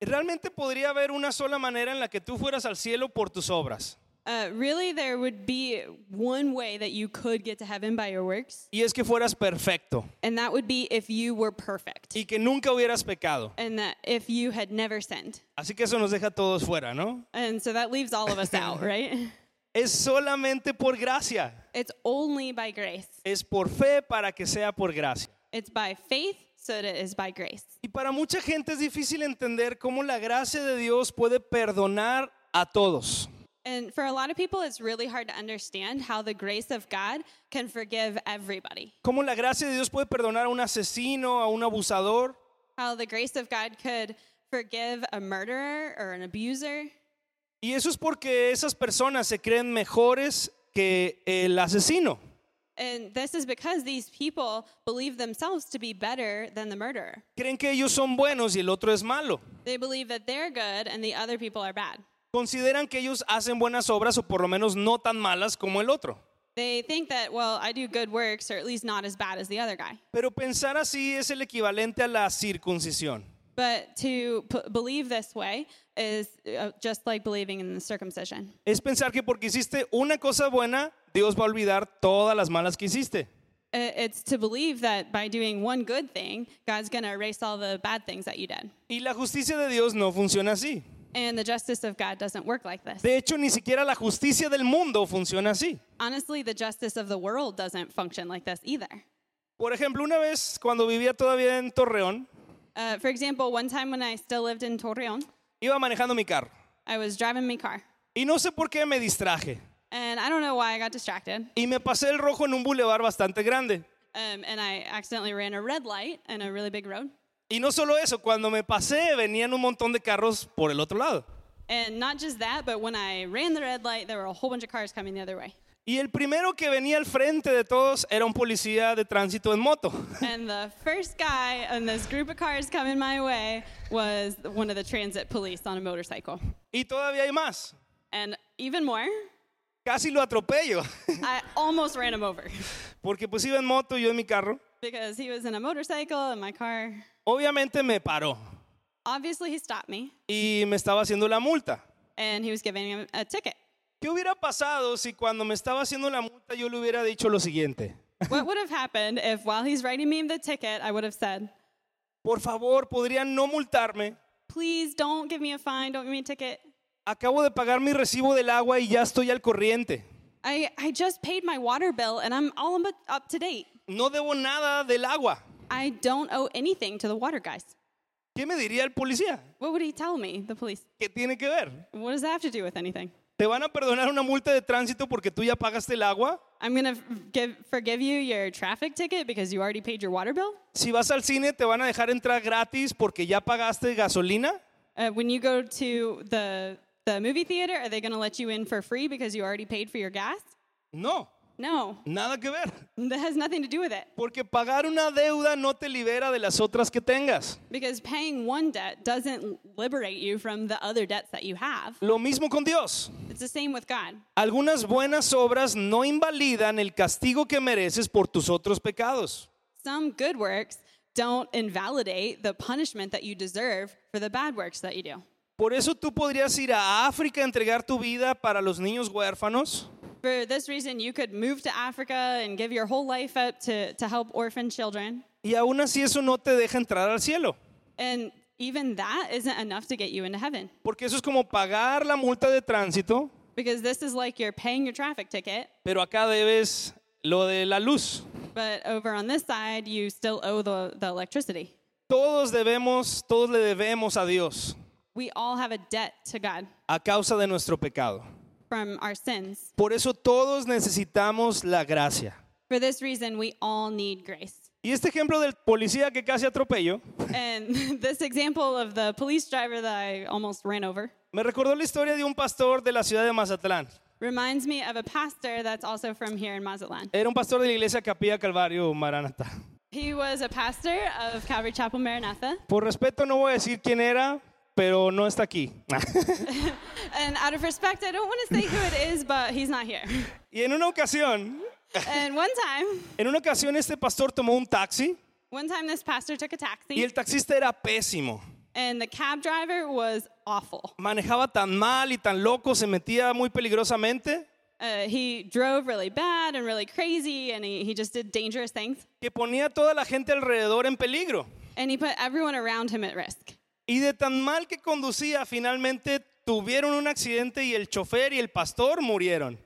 A: Realmente podría haber una sola manera en la que tú fueras al cielo por tus obras.
B: Uh, really, there would be one way that you could get to heaven by your works,
A: Y es que fueras perfecto.
B: and that would be if you were perfect.
A: y que nunca hubieras pecado.
B: and that if you had never sinned.
A: Así que eso nos deja a todos fuera, ¿no?
B: And so that leaves all of us out, right?
A: Es solamente por gracia.
B: It's only by grace.
A: Es por fe para que sea por gracia.
B: It's by faith so that it is by grace.
A: Y para mucha gente es difícil entender cómo la gracia de Dios puede perdonar a todos.
B: And for a lot of people, it's really hard to understand how the grace of God can forgive everybody.
A: Cómo la gracia de Dios puede perdonar a un asesino, a un abusador.
B: How the grace of God could forgive a murderer or an abuser.
A: Y eso es porque esas personas se creen mejores que el asesino.
B: And this is because these people believe themselves to be better than the murderer.
A: Creen que ellos son buenos y el otro es malo.
B: They believe that they're good and the other people are bad.
A: Consideran que ellos hacen buenas obras o por lo menos no tan malas como el otro.
B: They think that, well, I do good works, or at least not as bad as the other guy.
A: Pero pensar así es el equivalente a la circuncisión.
B: But to p- believe this way is uh, just like believing in the circumcision.
A: Es pensar que porque hiciste una cosa buena, Dios va a olvidar todas las malas que hiciste.
B: I- It's to believe that by doing one good thing, God's going to erase all the bad things that you did.
A: Y la justicia de Dios no funciona así.
B: And the justice of God doesn't work like this.
A: De hecho, ni siquiera la justicia del mundo funciona así.
B: Honestly, the justice of the world doesn't function like this either.
A: Por ejemplo, una vez cuando vivía todavía en Torreón,
B: Uh, for example, one time when I still lived in Torreon,
A: iba manejando mi carro
B: I was driving my car,
A: y no sé por qué me distraje
B: and I don't know why I got distracted.
A: y me pasé el rojo en un bulevar bastante grande.
B: Um, and I accidentally ran a red light and a really big road.
A: Y no solo eso, cuando me pasé venían un montón de carros por el otro lado.
B: And not just that, but when I ran the red light, there were a whole bunch of cars coming the other way.
A: Y el primero que venía al frente de todos era un policía de tránsito en moto.
B: And the first guy in this group of cars coming my way was one of the transit police on a motorcycle.
A: Y todavía hay más.
B: And even more,
A: Casi lo atropello, [LAUGHS]
B: I almost ran him over
A: porque pues iba en moto y yo en mi carro.
B: because he was in a motorcycle and my car.
A: Obviamente me paró
B: Obviously, he stopped me
A: y me estaba haciendo la multa.
B: and he was giving him a ticket.
A: ¿Qué hubiera pasado si cuando me estaba haciendo la multa yo le hubiera dicho lo siguiente?
B: what would have happened if while he's writing me the ticket, I would have said,
A: Por favor, ¿podrían no multarme?
B: please don't give me a fine, don't give me a ticket.
A: Acabo de pagar mi recibo del agua y ya estoy al corriente.
B: I, I just paid my water bill and I'm all up- up to date.
A: No debo nada del agua.
B: I don't owe anything to the water guys.
A: ¿Qué me diría el policía?
B: What would he tell me, the police?
A: ¿Qué tiene que ver?
B: What does that have to do with anything?
A: ¿Te van a perdonar una multa de tránsito porque tú ya pagaste el agua?
B: I'm going to give, forgive you your traffic ticket because you already paid your water bill?
A: Si vas al cine, ¿te van a dejar entrar gratis porque ya pagaste gasolina?
B: Uh, when you go to the, the movie theater, are they going to let you in for free because you already paid for your gas?
A: No,
B: No,
A: nada que ver.
B: that has nothing to do with it
A: Porque pagar una deuda no te libera de las otras que tengas.
B: because paying one debt doesn't liberate you from the other debts that you have.
A: Lo mismo con Dios.
B: It's the same with God.
A: Algunas buenas obras no invalidan el castigo que mereces por tus otros pecados.
B: Some good works don't invalidate the punishment that you deserve for the bad works that you do.
A: Por eso tú podrías ir a África a entregar tu vida para los niños huérfanos
B: For this reason, you could move to Africa and give your whole life up to, to help orphan children.
A: y aún así eso no te deja entrar al cielo.
B: And even that isn't enough to get you into heaven
A: Porque eso es como pagar la multa de tránsito,
B: because this is like you're paying your traffic ticket,
A: pero acá debes lo de la luz.
B: but over on this side, you still owe the, the electricity.
A: Todos debemos, todos le debemos a Dios
B: We all have a debt to God
A: a causa de nuestro pecado.
B: from our sins.
A: Por eso todos necesitamos la gracia.
B: For this reason, we all need grace.
A: Y este ejemplo del policía que casi atropello
B: And [LAUGHS] this example of the police driver that I almost ran over
A: me recordó la historia de un pastor de la ciudad de Mazatlán.
B: reminds me of a pastor that's also from here in Mazatlan.
A: Era un pastor de la iglesia Capilla Calvario Maranatha.
B: He was a pastor of Calvary Chapel Maranatha.
A: Por respeto no voy a decir quién era, pero no está aquí. [LAUGHS]
B: And out of respect, I don't want to say who it is, but he's not here.
A: y en una ocasión,
B: And one time,
A: en una ocasión este pastor tomó un taxi
B: one time this pastor took
A: y
B: a taxi
A: el taxista era pésimo.
B: and the cab driver was awful.
A: Manejaba tan mal y tan loco, se metía muy peligrosamente
B: Uh, he drove really bad and really crazy and he, he just did dangerous things.
A: que ponía a toda la gente alrededor en peligro.
B: And he put everyone around him at risk.
A: Y de tan mal que conducía, finalmente tuvieron un accidente y el chofer y el pastor murieron.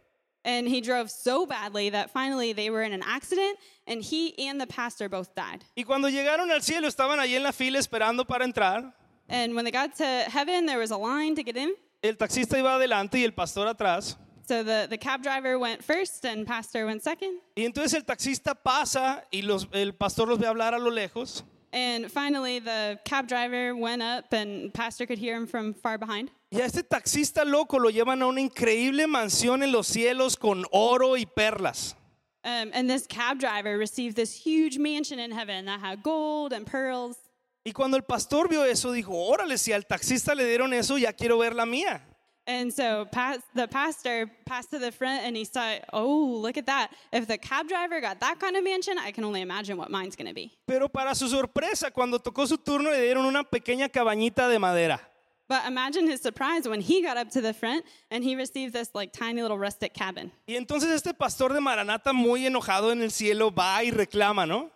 B: and he drove so badly that finally they were in an accident, and he and the pastor both died.
A: Y cuando llegaron al cielo estaban allí en la fila esperando para entrar.
B: And when they got to heaven, there was a line to get in.
A: El taxista iba adelante y el pastor atrás.
B: So the, the cab driver went first, and pastor went second.
A: Y entonces el taxista pasa y los- el pastor los ve hablar a lo lejos.
B: And finally, the cab driver went up, and pastor could hear him from far behind.
A: Y a este taxista loco lo llevan a una increíble mansión en los cielos con oro y perlas.
B: Um, and this cab driver received this huge mansion in heaven that had gold and pearls.
A: Y cuando el pastor vio eso, dijo, órale, si al taxista le dieron eso, ya quiero ver la mía.
B: And so pas- the pastor passed to the front and he saw, oh, look at that. If the cab driver got that kind of mansion, I can only imagine what mine's going to be.
A: Pero para su sorpresa, cuando tocó su turno, le dieron una pequeña cabañita de madera.
B: But imagine his surprise when he got up to the front and he received this like tiny little rustic cabin.
A: Y entonces este pastor de Maranata, muy enojado en el cielo, va y reclama, ¿no?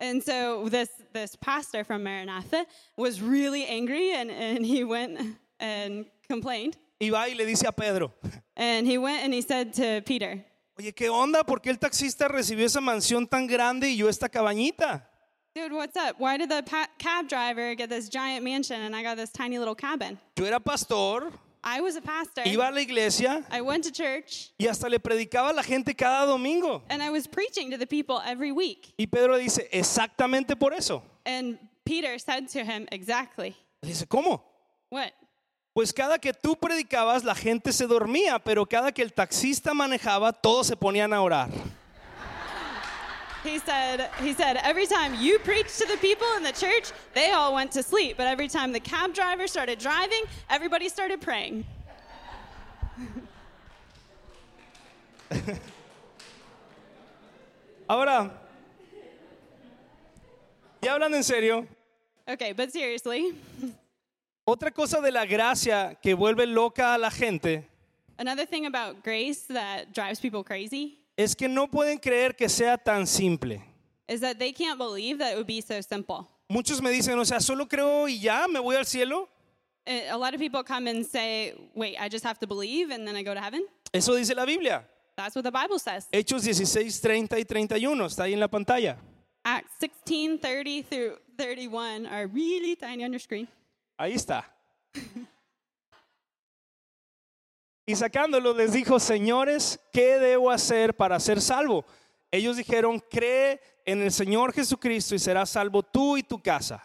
B: And so this, this pastor from Maranatha was really angry and, and he went and complained.
A: Y va y le dice a Pedro, [LAUGHS]
B: And he went and he said to Peter,
A: oye, ¿qué onda? ¿Por qué el taxista recibió esa mansión tan grande y yo esta cabañita?
B: Dude, what's up? Why did the pa- cab driver get this giant mansion and I got this tiny little cabin?
A: Yo era pastor,
B: I was a pastor.
A: iba a la iglesia
B: I went to church
A: y hasta le predicaba a la gente cada domingo.
B: and I was preaching to the people every week.
A: Y Pedro dice, exactamente por eso.
B: And Peter said to him, Exactly.
A: Le dice, ¿cómo?
B: What?
A: Pues cada que tú predicabas la gente se dormía, pero cada que el taxista manejaba todos se ponían a orar.
B: He said, he said, every time you preached to the people in the church, they all went to sleep. But every time the cab driver started driving, everybody started praying.
A: Ahora, ya hablando en serio,
B: Okay, but seriously,
A: otra cosa de la gracia que vuelve loca a la gente
B: another thing about grace that drives people crazy
A: es que no pueden creer que sea tan simple.
B: is that they can't believe that it would be so simple.
A: Muchos me dicen, o sea, solo creo y ya me voy al cielo.
B: Uh, A lot of people come and say, wait, I just have to believe and then I go to heaven.
A: Eso dice la Biblia.
B: That's what the Bible says.
A: Hechos 16, 30 y 31, está ahí en la pantalla.
B: Acts 16 30 through 31 are really tiny on your screen.
A: Ahí está. [LAUGHS] Y sacándolo les dijo, señores, ¿qué debo hacer para ser salvo? Ellos dijeron, cree en el Señor Jesucristo y serás salvo tú y tu casa.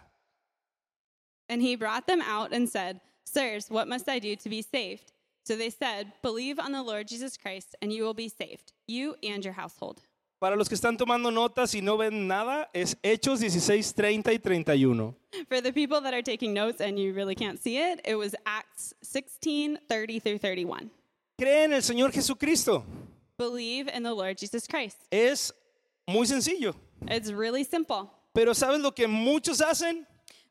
B: And he brought them out and said, Sirs, what must I do to be saved? So they said, Believe on the Lord Jesus Christ, and you will be saved, you and your household.
A: Para los que están tomando notas y no ven nada, es Hechos 16, 30 y 31.
B: For the people that are taking notes and you really can't see it, it was Acts 16 30 through 31.
A: Cree en el Señor Jesucristo.
B: Believe in the Lord Jesus Christ.
A: Es muy sencillo.
B: It's really simple.
A: Pero ¿sabes lo que muchos hacen?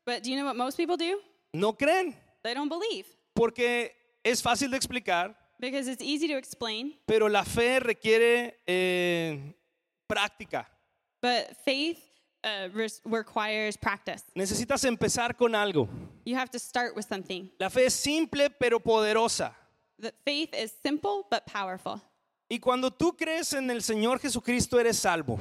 B: But do you know what most people do?
A: No creen.
B: They don't believe
A: Porque es fácil de explicar,
B: because it's easy to explain,
A: pero la fe requiere eh, práctica.
B: but faith uh, res- requires practice.
A: Necesitas empezar con algo.
B: You have to start with something.
A: La fe es simple pero poderosa.
B: The faith is simple but powerful.
A: Y cuando tú crees en el Señor Jesucristo eres salvo.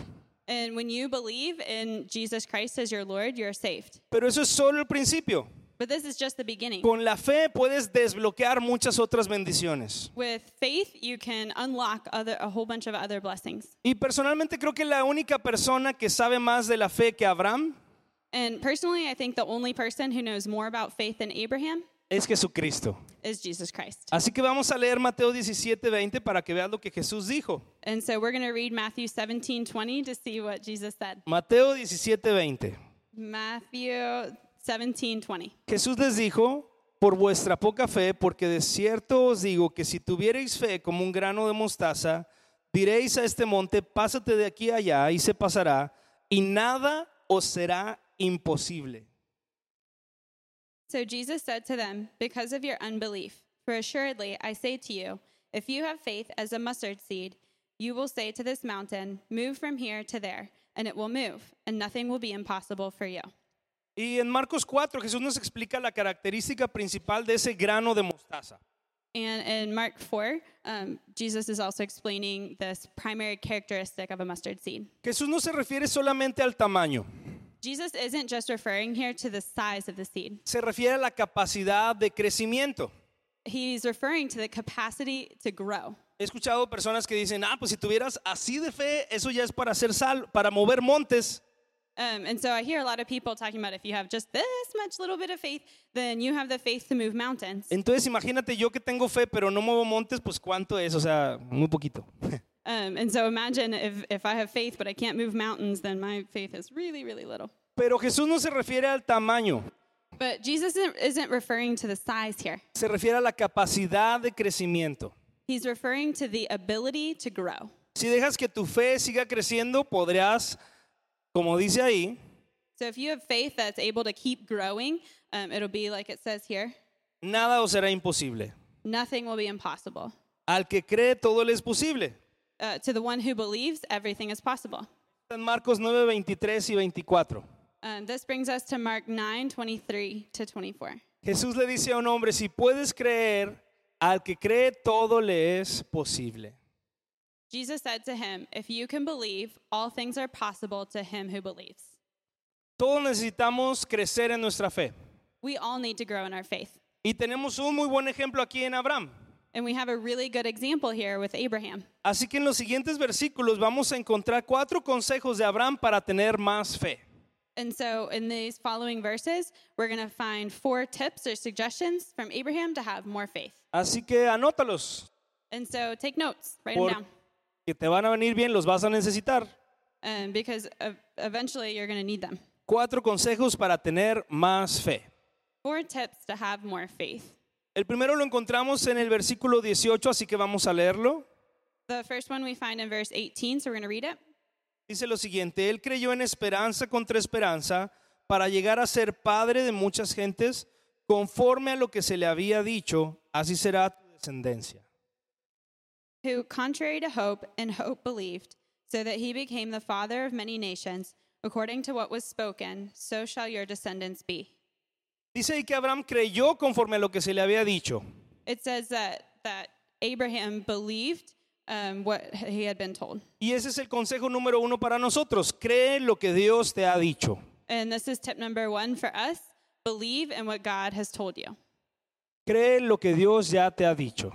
B: And when you believe in Jesus Christ as your Lord, you're saved.
A: Pero eso es solo el principio.
B: But this is just the beginning.
A: Con la fe puedes desbloquear muchas otras bendiciones.
B: With faith, you can unlock other, a whole bunch of other blessings.
A: Y personalmente creo que la única persona que sabe más de la fe que Abraham
B: And personally, I think the only person who knows more about faith than Abraham
A: es Jesucristo.
B: is Jesus Christ.
A: Así que vamos a leer Mateo 17, 20 para que veas lo que Jesús dijo.
B: And so we're going to read Matthew 17 20 to see what Jesus said.
A: Mateo 17, 20.
B: Matthew 17 20.
A: Jesús les dijo, por vuestra poca fe, porque de cierto os digo que si tuviereis fe como un grano de mostaza, diréis a este monte, pásate de aquí a allá y se pasará, y nada os será imposible.
B: So Jesus said to them, Because of your unbelief, for assuredly I say to you, if you have faith as a mustard seed, you will say to this mountain, Move from here to there, and it will move, and nothing will be impossible for you.
A: Y en Marcos 4 Jesús nos explica la característica principal de ese grano de mostaza.
B: And in Mark 4, um, Jesus is also explaining this primary characteristic of a mustard seed.
A: Jesús no se refiere solamente al tamaño,
B: Jesus isn't just referring here to the size of the seed,
A: se refiere a la capacidad de crecimiento.
B: he's referring to the capacity to grow.
A: He escuchado personas que dicen, ah, pues si tuvieras así de fe, eso ya es para hacer sal, para mover montes.
B: Um, and so I hear a lot of people talking about if you have just this much little bit of faith, then you have the faith to move mountains.
A: Entonces imagínate yo que tengo fe, pero no muevo montes, pues cuánto es, o sea, muy poquito. [LAUGHS]
B: Um, and so imagine if, if I have faith but I can't move mountains, then my faith is really, really little.
A: Pero Jesús no se refiere al tamaño,
B: But Jesus isn't- isn't referring to the size here,
A: se refiere a la capacidad de crecimiento.
B: he's referring to the ability to grow.
A: Si dejas que tu fe siga creciendo, podrás, como dice ahí,
B: So if you have faith that's able to keep growing, um, it'll be like it says here
A: nada os será imposible.
B: nothing will be impossible.
A: Al que cree, todo le es posible.
B: Uh, to the one who believes, everything is possible.
A: En Marcos 9, 23 y 24.
B: Um, this brings us to Mark 9 23 to 24.
A: Jesús le dice a un hombre, si puedes creer, al que cree, todo le es posible.
B: Jesus said to him, If you can believe, all things are possible to him who believes.
A: Todos necesitamos crecer en nuestra fe.
B: We all need to grow in our faith.
A: Y tenemos un muy buen ejemplo aquí en Abraham.
B: And we have a really good example here with Abraham.
A: Así que en los siguientes versículos vamos a encontrar cuatro consejos de Abraham para tener más fe.
B: And so, in these following verses, we're going to find four tips or suggestions from Abraham to have more faith.
A: Así que anótalos,
B: And so, take notes, write them down.
A: porque te van a venir bien, los vas a necesitar.
B: um, because ev- eventually you're going to need them.
A: Cuatro consejos para tener más fe.
B: Four tips to have more faith.
A: El primero lo encontramos en el versículo 18, así que vamos a leerlo.
B: The first one we find in verse 18, so we're going to read it.
A: Dice lo siguiente, él creyó en esperanza contra esperanza para llegar a ser padre de muchas gentes conforme a lo que se le había dicho, así será tu descendencia.
B: Who, contrary to hope, in hope believed, so that he became the father of many nations, according to what was spoken, so shall your descendants be.
A: Dice ahí que Abraham creyó conforme a lo que se le había dicho.
B: It says that, that Abraham believed um, what he had been told.
A: Y ese es el consejo número uno para nosotros, cree lo que Dios te ha dicho.
B: And this is tip number one for us believe in what God has told you.
A: Cree lo que Dios ya te ha dicho.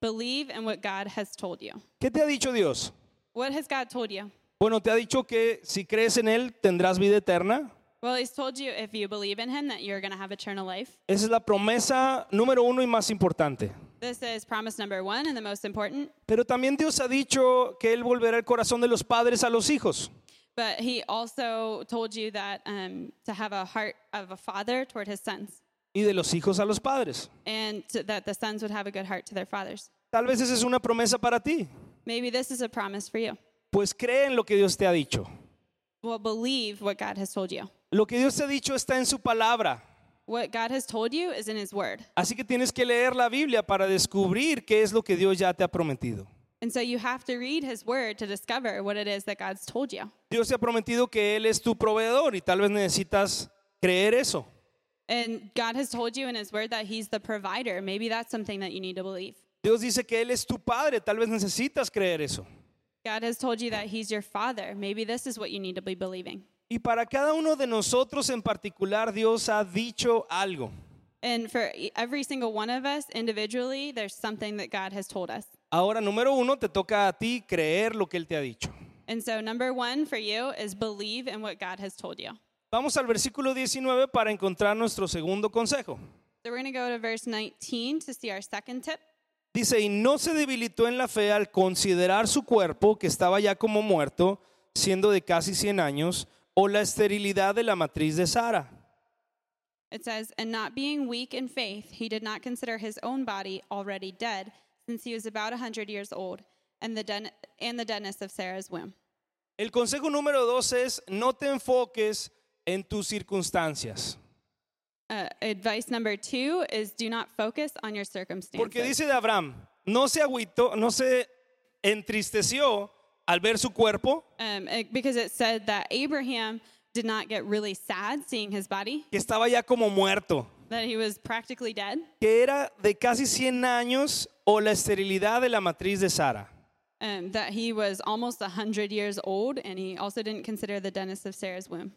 B: Believe in what God has told you.
A: ¿Qué te ha dicho Dios?
B: What has God told you?
A: Bueno, te ha dicho que si crees en Él tendrás vida eterna.
B: Well, he's told you if you believe in him that you're going to have eternal life.
A: Esa es la promesa número uno y más importante.
B: This is promise number one and the most important.
A: Pero también Dios ha dicho que Él volverá el corazón de los padres a los hijos.
B: But he also told you that um, to have a heart of a father toward his sons
A: y de los hijos a los padres.
B: and to, that the sons would have a good heart to their fathers.
A: Tal vez esa es una promesa para ti.
B: Maybe this is a promise for you.
A: Pues cree en lo que Dios te ha dicho.
B: Well, believe what God has told you.
A: Lo que Dios te ha dicho está en su palabra.
B: What God has told you is in his word.
A: Así que tienes que leer la Biblia para descubrir qué es lo que Dios ya te ha prometido.
B: And so you have to read his word to discover what it is that God's told you.
A: Dios te ha prometido que Él es tu proveedor y tal vez necesitas creer eso.
B: And God has told you in his word that he's the provider. Maybe that's something that you need to believe.
A: Dios dice que Él es tu padre, tal vez necesitas creer eso.
B: God has told you that He's your Father. Maybe this is what you need to be believing.
A: Y para cada uno de nosotros en particular, Dios ha dicho algo.
B: And for e- every single one of us individually, there's something that God has told us.
A: Ahora, número uno, te toca a ti creer lo que Él te ha dicho.
B: And so, number one for you is believe in what God has told you.
A: Vamos al versículo 19 para encontrar nuestro segundo consejo.
B: So, we're going to go to verse 19 to see our second tip.
A: Dice, y no se debilitó en la fe al considerar su cuerpo, que estaba ya como muerto, siendo de casi 100 años, o la esterilidad de la matriz de Sara.
B: It says, And not being weak in faith, he did not consider his own body already dead, since he was about a 100 years old, and the, den- and the deadness of Sarah's womb.
A: El consejo número dos es, no te enfoques en tus circunstancias.
B: Uh, advice number two is do not focus on your circumstances.
A: Porque dice de Abraham, no se agüitó, no se entristeció al ver su cuerpo,
B: um, it- because it said that Abraham did not get really sad seeing his body.
A: que estaba ya como muerto.
B: that he was practically dead,
A: que era de casi 100 años o la esterilidad de la matriz de Sara.
B: um, that he was almost 100 years old, and he also didn't consider the dentist of Sarah's womb.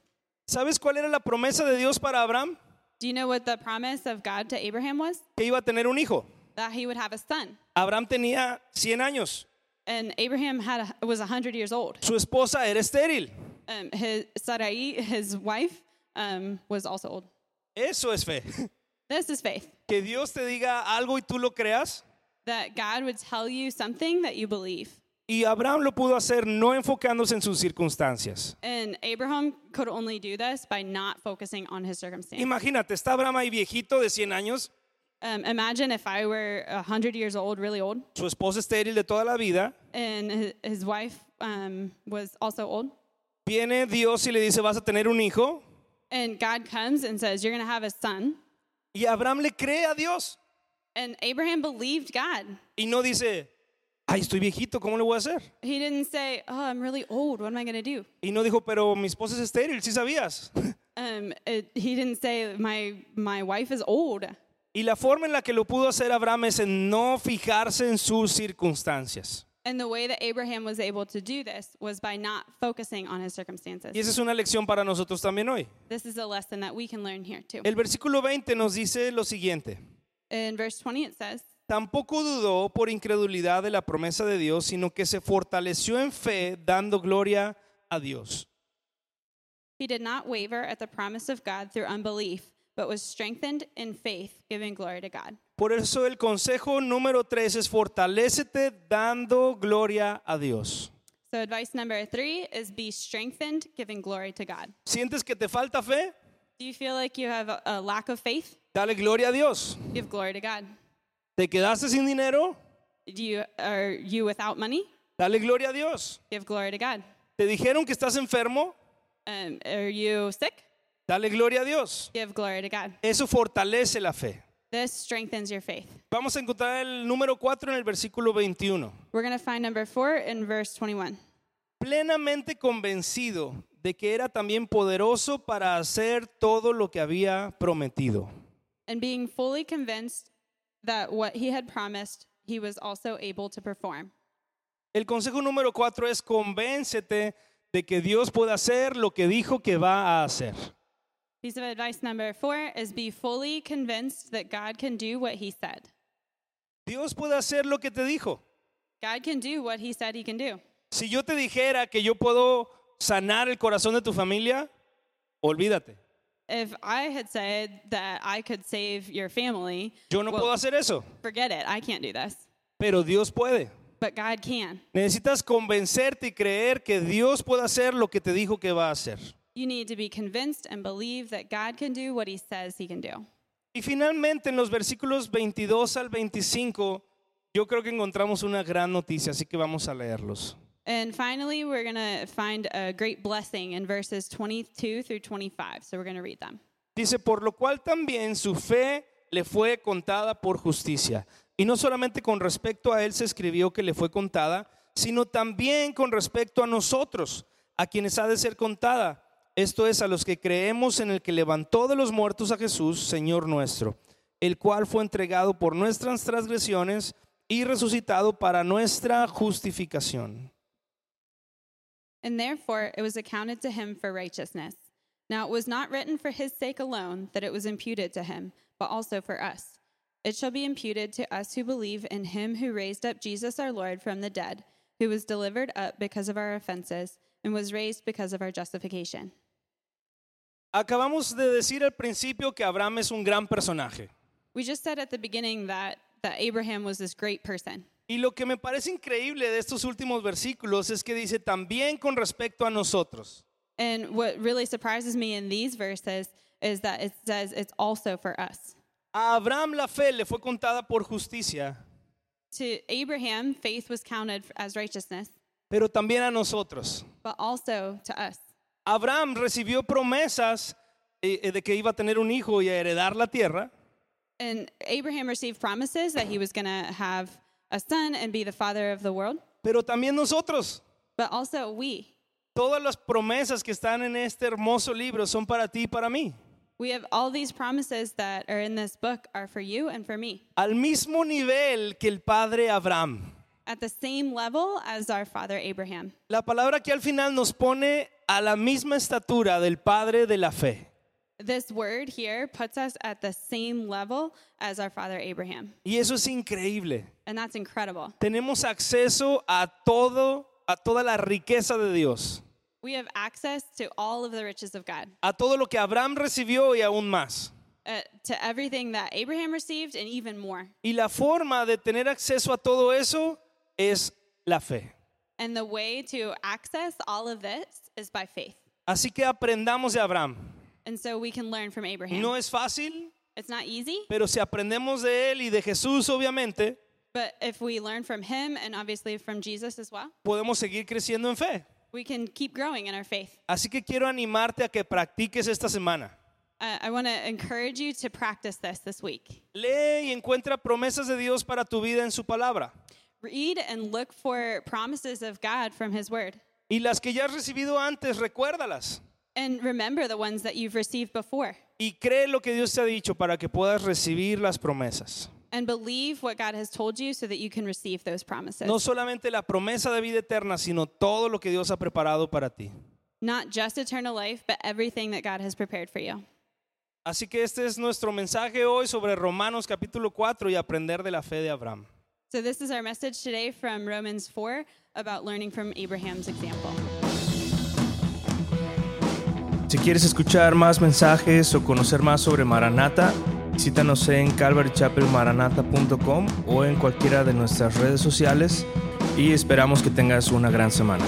A: ¿Sabes cuál era la promesa de Dios para Abraham?
B: Do you know what the promise of God to Abraham was?
A: Que iba a tener un hijo.
B: That he would have a son.
A: Abraham tenía 100 años.
B: And Abraham had a, was 100 years old.
A: Su esposa era estéril.
B: Um, his, Sarai, his wife, um, was also old.
A: Eso es fe. [LAUGHS]
B: This is faith
A: Que Dios te diga algo y tú lo creas.
B: that God would tell you something that you believe.
A: Y Abraham lo pudo hacer no enfocándose en sus circunstancias.
B: And Abraham could only do this by not focusing on his circumstance.
A: Imagínate, está Abraham ahí viejito de 100 años,
B: Um, imagine if I were 100 years old, really old,
A: su esposa estéril de toda la vida.
B: and his, his wife um, was also old.
A: Viene Dios y le dice, vas a tener un hijo.
B: And God comes and says, You're going to have a son.
A: Y Abraham le cree a Dios.
B: And Abraham believed God.
A: Y no dice, ay, estoy viejito, ¿cómo le voy a hacer?
B: He didn't say, Oh, I'm really old. What am I going to do?
A: Y no dijo, pero mi esposa es estéril, sí sabías.
B: Um, it, he didn't say, my, my wife is old.
A: Y la forma en la que lo pudo hacer Abraham es en no fijarse en sus circunstancias.
B: And the way that Abraham was able to do this was by not focusing on his circumstances.
A: Y esa es una lección para nosotros también hoy.
B: This is a lesson that we can learn here too.
A: El versículo 20 nos dice lo siguiente.
B: In verse 20, it says,
A: Tampoco dudó por incredulidad de la promesa de Dios, sino que se fortaleció en fe dando gloria a Dios.
B: He did not waver at the promise of God through unbelief, but was strengthened in faith, giving glory to God.
A: Por eso el consejo número 3 es fortalécete dando gloria a Dios.
B: So, advice number three is be strengthened, giving glory to God.
A: ¿Sientes que te falta fe?
B: Do you feel like you have a, a lack of faith?
A: Dale gloria a Dios.
B: Give glory to God.
A: ¿Te quedaste sin dinero?
B: Do you, are you without money?
A: Dale gloria a Dios.
B: Give glory to God.
A: ¿Te dijeron que estás enfermo?
B: Um, are you sick?
A: Dale gloria a Dios.
B: Give glory to God.
A: Eso fortalece la fe.
B: This strengthens your faith.
A: Vamos a encontrar el número 4 en el versículo 21.
B: We're going to find number four in verse 21.
A: Plenamente convencido de que era también poderoso para hacer todo lo que había prometido.
B: And being fully convinced that what he had promised, he was also able to perform.
A: El consejo número 4 es convéncete de que Dios puede hacer lo que dijo que va a hacer.
B: Piece of advice number four is be fully convinced that God can do what he said.
A: Dios puede hacer lo que te dijo.
B: God can do what he said he can do.
A: Si yo te dijera que yo puedo sanar el corazón de tu familia, olvídate.
B: If I had said that I could save your family,
A: Yo no
B: Well-
A: puedo hacer eso,
B: forget it. I can't do this.
A: pero Dios puede.
B: But God can.
A: Necesitas convencerte y creer que Dios puede hacer lo que te dijo que va a hacer.
B: You need to be convinced and believe that God can do what he says he can do.
A: Y finalmente en los versículos 22 al 25, yo creo que encontramos una gran noticia, así que vamos a leerlos.
B: And finally, we're going to find a great blessing in verses 22 through 25. So we're going to read them.
A: Dice, por lo cual también su fe le fue contada por justicia. Y no solamente con respecto a él se escribió que le fue contada, sino también con respecto a nosotros, a quienes ha de ser contada. Esto es, a los que creemos en el que levantó de los muertos a Jesús, Señor nuestro, el cual fue entregado por nuestras transgresiones y resucitado para nuestra justificación.
B: And therefore it was accounted to him for righteousness. Now it was not written for his sake alone that it was imputed to him, but also for us. It shall be imputed to us who believe in him who raised up Jesus our Lord from the dead, who was delivered up because of our offenses, and was raised because of our justification.
A: Acabamos de decir al principio que Abraham es un gran personaje.
B: We just said at the beginning that, that Abraham was this great person.
A: Y lo que me parece increíble de estos últimos versículos es que dice también con respecto a nosotros.
B: And what really surprises me in these verses is that it says it's also for us.
A: A Abraham la fe le fue contada por justicia,
B: To Abraham, faith was counted as righteousness.
A: pero también a nosotros.
B: but also to us.
A: Abraham recibió promesas eh, eh, de que iba a tener un hijo y a heredar la tierra,
B: And Abraham received promises that he was going to have a son and be the father of the world,
A: pero también nosotros.
B: but also we.
A: Todas las promesas que están en este hermoso libro son para ti y para mí.
B: We have all these promises that are in this book are for you and for me
A: al mismo nivel que el padre Abraham.
B: at the same level as our father Abraham.
A: La palabra que al final nos pone a la misma estatura del padre de la fe.
B: This word here puts us at the same level as our father Abraham,
A: Y eso es increíble.
B: and that's incredible.
A: Tenemos acceso a todo, a toda la riqueza de Dios,
B: We have access to all of the riches of God,
A: a todo lo que Abraham recibió y aún más.
B: uh, to everything that Abraham received and even more.
A: Y la forma de tener acceso a todo eso es la fe.
B: And the way to access all of this is by faith.
A: Así que aprendamos de Abraham.
B: And so we can learn from Abraham.
A: No es fácil,
B: It's not easy,
A: pero si aprendemos de él y de Jesús, obviamente,
B: but if we learn from him and obviously from Jesus as well,
A: podemos seguir creciendo en fe.
B: we can keep growing in our faith.
A: Así que quiero animarte a que practiques esta semana.
B: Uh, I want to encourage you to practice this this week.
A: Lee y encuentra promesas de Dios para tu vida en su palabra.
B: Read and look for promises of God from his word.
A: Y las que ya has recibido antes, recuérdalas.
B: And remember the ones that you've received before
A: Y cree lo que Dios te ha dicho para que puedas recibir las promesas.
B: and believe what God has told you so that you can receive those promises.
A: No solamente la promesa de vida eterna, sino todo lo que Dios ha preparado para ti.
B: Not just eternal life, but everything that God has prepared for you.
A: Así que este es nuestro mensaje hoy sobre Romanos capítulo 4 y aprender de la fe de Abraham.
B: So, this is our message today from Romans 4 about learning from Abraham's example.
A: Si quieres escuchar más mensajes o conocer más sobre Maranata, visítanos en calvarychapelmaranata.com o en cualquiera de nuestras redes sociales y esperamos que tengas una gran semana.